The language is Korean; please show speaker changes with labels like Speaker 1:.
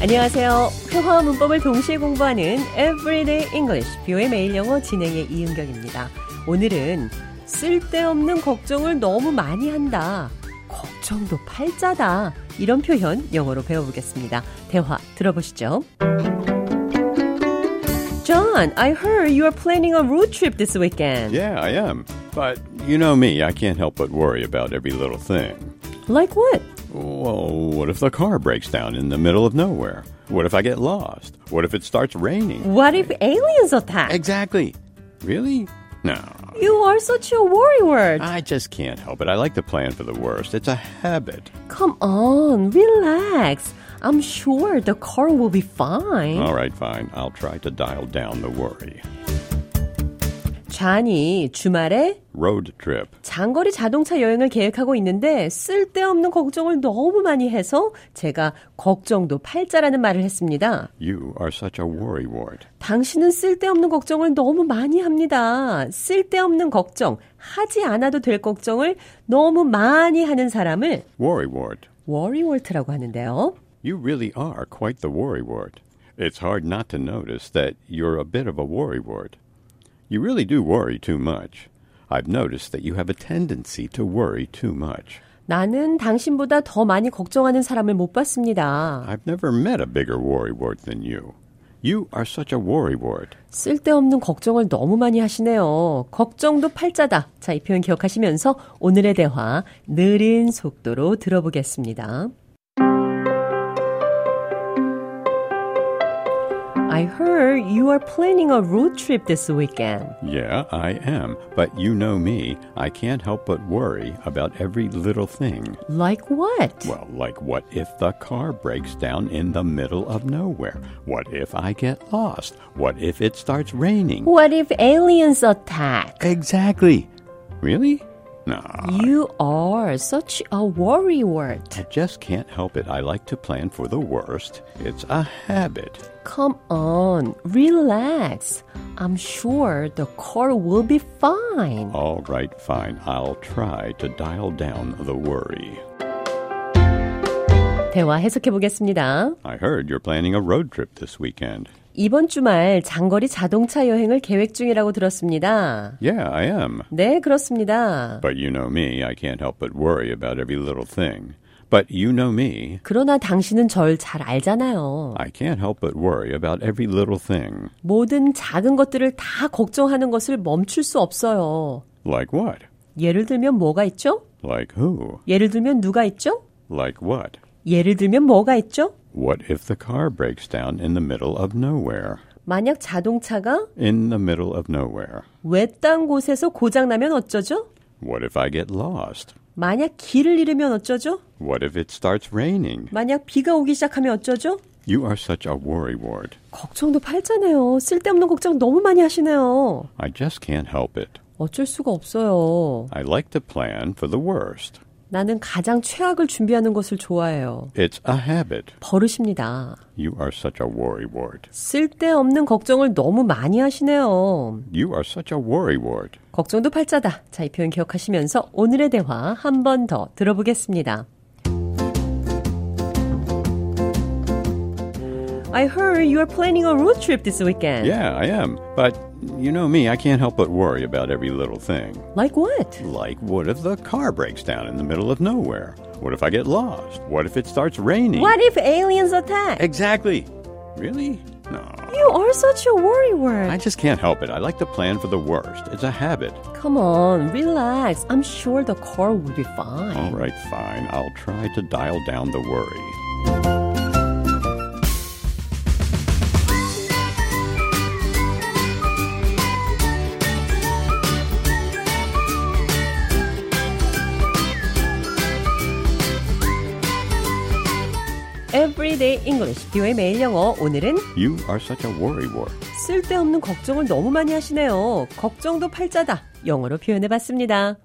Speaker 1: 안녕하세요. 회화와 문법을 동시에 공부하는 Everyday English, 뷰의 매일 영어 진행의 이은경입니다. 오늘은 쓸데없는 걱정을 너무 많이 한다. 걱정도 팔자다. 이런 표현 영어로 배워보겠습니다. 대화 들어보시죠. John, I heard you are planning a road trip this weekend.
Speaker 2: Yeah, I am. But you know me, I can't help but worry about every little thing.
Speaker 1: Like what?
Speaker 2: Whoa, what if the car breaks down in the middle of nowhere? What if I get lost? What if it starts raining?
Speaker 1: What if aliens attack?
Speaker 2: Exactly. Really? No.
Speaker 1: You are such a worrywart.
Speaker 2: I just can't help it. I like to plan for the worst. It's a habit.
Speaker 1: Come on, relax. I'm sure the car will be fine.
Speaker 2: All right, fine. I'll try to dial down the worry.
Speaker 1: 잔이 주말에
Speaker 2: Road trip.
Speaker 1: 장거리 자동차 여행을 계획하고 있는데 쓸데없는 걱정을 너무 많이 해서 제가 걱정도 팔자라는 말을 했습니다.
Speaker 2: You are such a worrywart.
Speaker 1: 당신은 쓸데없는 걱정을 너무 많이 합니다. 쓸데없는 걱정, 하지 않아도 될 걱정을 너무 많이 하는 사람을
Speaker 2: Worrywart.
Speaker 1: 워리월트라고 하는데요.
Speaker 2: You really are quite the worrywart. It's hard not to notice that you're a bit of a worrywart. You really do worry too much. I've noticed that you have a tendency to worry too much.
Speaker 1: 나는 당신보다 더 많이 걱정하는 사람을 못 봤습니다.
Speaker 2: I've never met a bigger worrywart than you. You are such a worrywart.
Speaker 1: 쓸데없는 걱정을 너무 많이 하시네요. 걱정도 팔자다. 자, 이 표현 기억하시면서 오늘의 대화 느린 속도로 들어보겠습니다. I heard you are planning a road trip this weekend.
Speaker 2: Yeah, I am. But you know me. I can't help but worry about every little thing.
Speaker 1: Like what?
Speaker 2: Well, like what if the car breaks down in the middle of nowhere? What if I get lost? What if it starts raining?
Speaker 1: What if aliens attack?
Speaker 2: Exactly. Really? No.
Speaker 1: You are such a worrywart.
Speaker 2: I just can't help it. I like to plan for the worst. It's a habit.
Speaker 1: Come on, relax. I'm sure the car will be fine.
Speaker 2: All right, fine. I'll try to dial down the worry.
Speaker 1: 대화 해석해 보겠습니다.
Speaker 2: I heard you're planning a road trip this weekend.
Speaker 1: 이번 주말 장거리 자동차 여행을 계획 중이라고 들었습니다.
Speaker 2: Yeah, I am.
Speaker 1: 네, 그렇습니다.
Speaker 2: But you know me, I can't help but worry about every little thing. But you know me,
Speaker 1: 그러나 당신은 절 잘 알잖아요.
Speaker 2: I can't help but worry about every little thing.
Speaker 1: 모든 작은 것들을 다 걱정하는 것을 멈출 수 없어요.
Speaker 2: Like what?
Speaker 1: 예를 들면 뭐가 있죠?
Speaker 2: Like who?
Speaker 1: 예를 들면 누가 있죠?
Speaker 2: Like what?
Speaker 1: 예를 들면 뭐가 있죠?
Speaker 2: What if the car breaks down in the middle of nowhere?
Speaker 1: 만약 자동차가
Speaker 2: In the middle of nowhere.
Speaker 1: 외딴 곳에서 고장나면 어쩌죠?
Speaker 2: What if I get lost?
Speaker 1: 만약 길을 잃으면 어쩌죠?
Speaker 2: What if it starts raining?
Speaker 1: 만약 비가 오기 시작하면 어쩌죠?
Speaker 2: You are such a worrywart.
Speaker 1: 걱정도 팔잖아요. 쓸데없는 걱정 너무 많이 하시네요.
Speaker 2: I just can't help it.
Speaker 1: 어쩔 수가 없어요.
Speaker 2: I like to plan for the worst.
Speaker 1: 나는 가장 최악을 준비하는 것을 좋아해요.
Speaker 2: It's a habit.
Speaker 1: 버릇입니다.
Speaker 2: You are such a worrywart.
Speaker 1: 쓸데없는 걱정을 너무 많이 하시네요.
Speaker 2: You are such a worrywart.
Speaker 1: 걱정도 팔자다. 자, 이 표현 기억하시면서 오늘의 대화 한 번 더 들어보겠습니다. I heard you are planning a road trip this weekend.
Speaker 2: Yeah, I am. But you know me, I can't help but worry about every little thing.
Speaker 1: Like what?
Speaker 2: Like, what if the car breaks down in the middle of nowhere? What if I get lost? What if it starts raining?
Speaker 1: What if aliens attack?
Speaker 2: Exactly. Really? No.
Speaker 1: You are such a worrywart.
Speaker 2: I just can't help it. I like to plan for the worst. It's a habit.
Speaker 1: Come on, relax. I'm sure the car will be fine.
Speaker 2: All right, fine. I'll try to dial down the worry.
Speaker 1: Everyday English, 듀의 매일 영어. 오늘은
Speaker 2: You are such a worrywart.
Speaker 1: 쓸데없는 걱정을 너무 많이 하시네요. 걱정도 팔자다. 영어로 표현해봤습니다.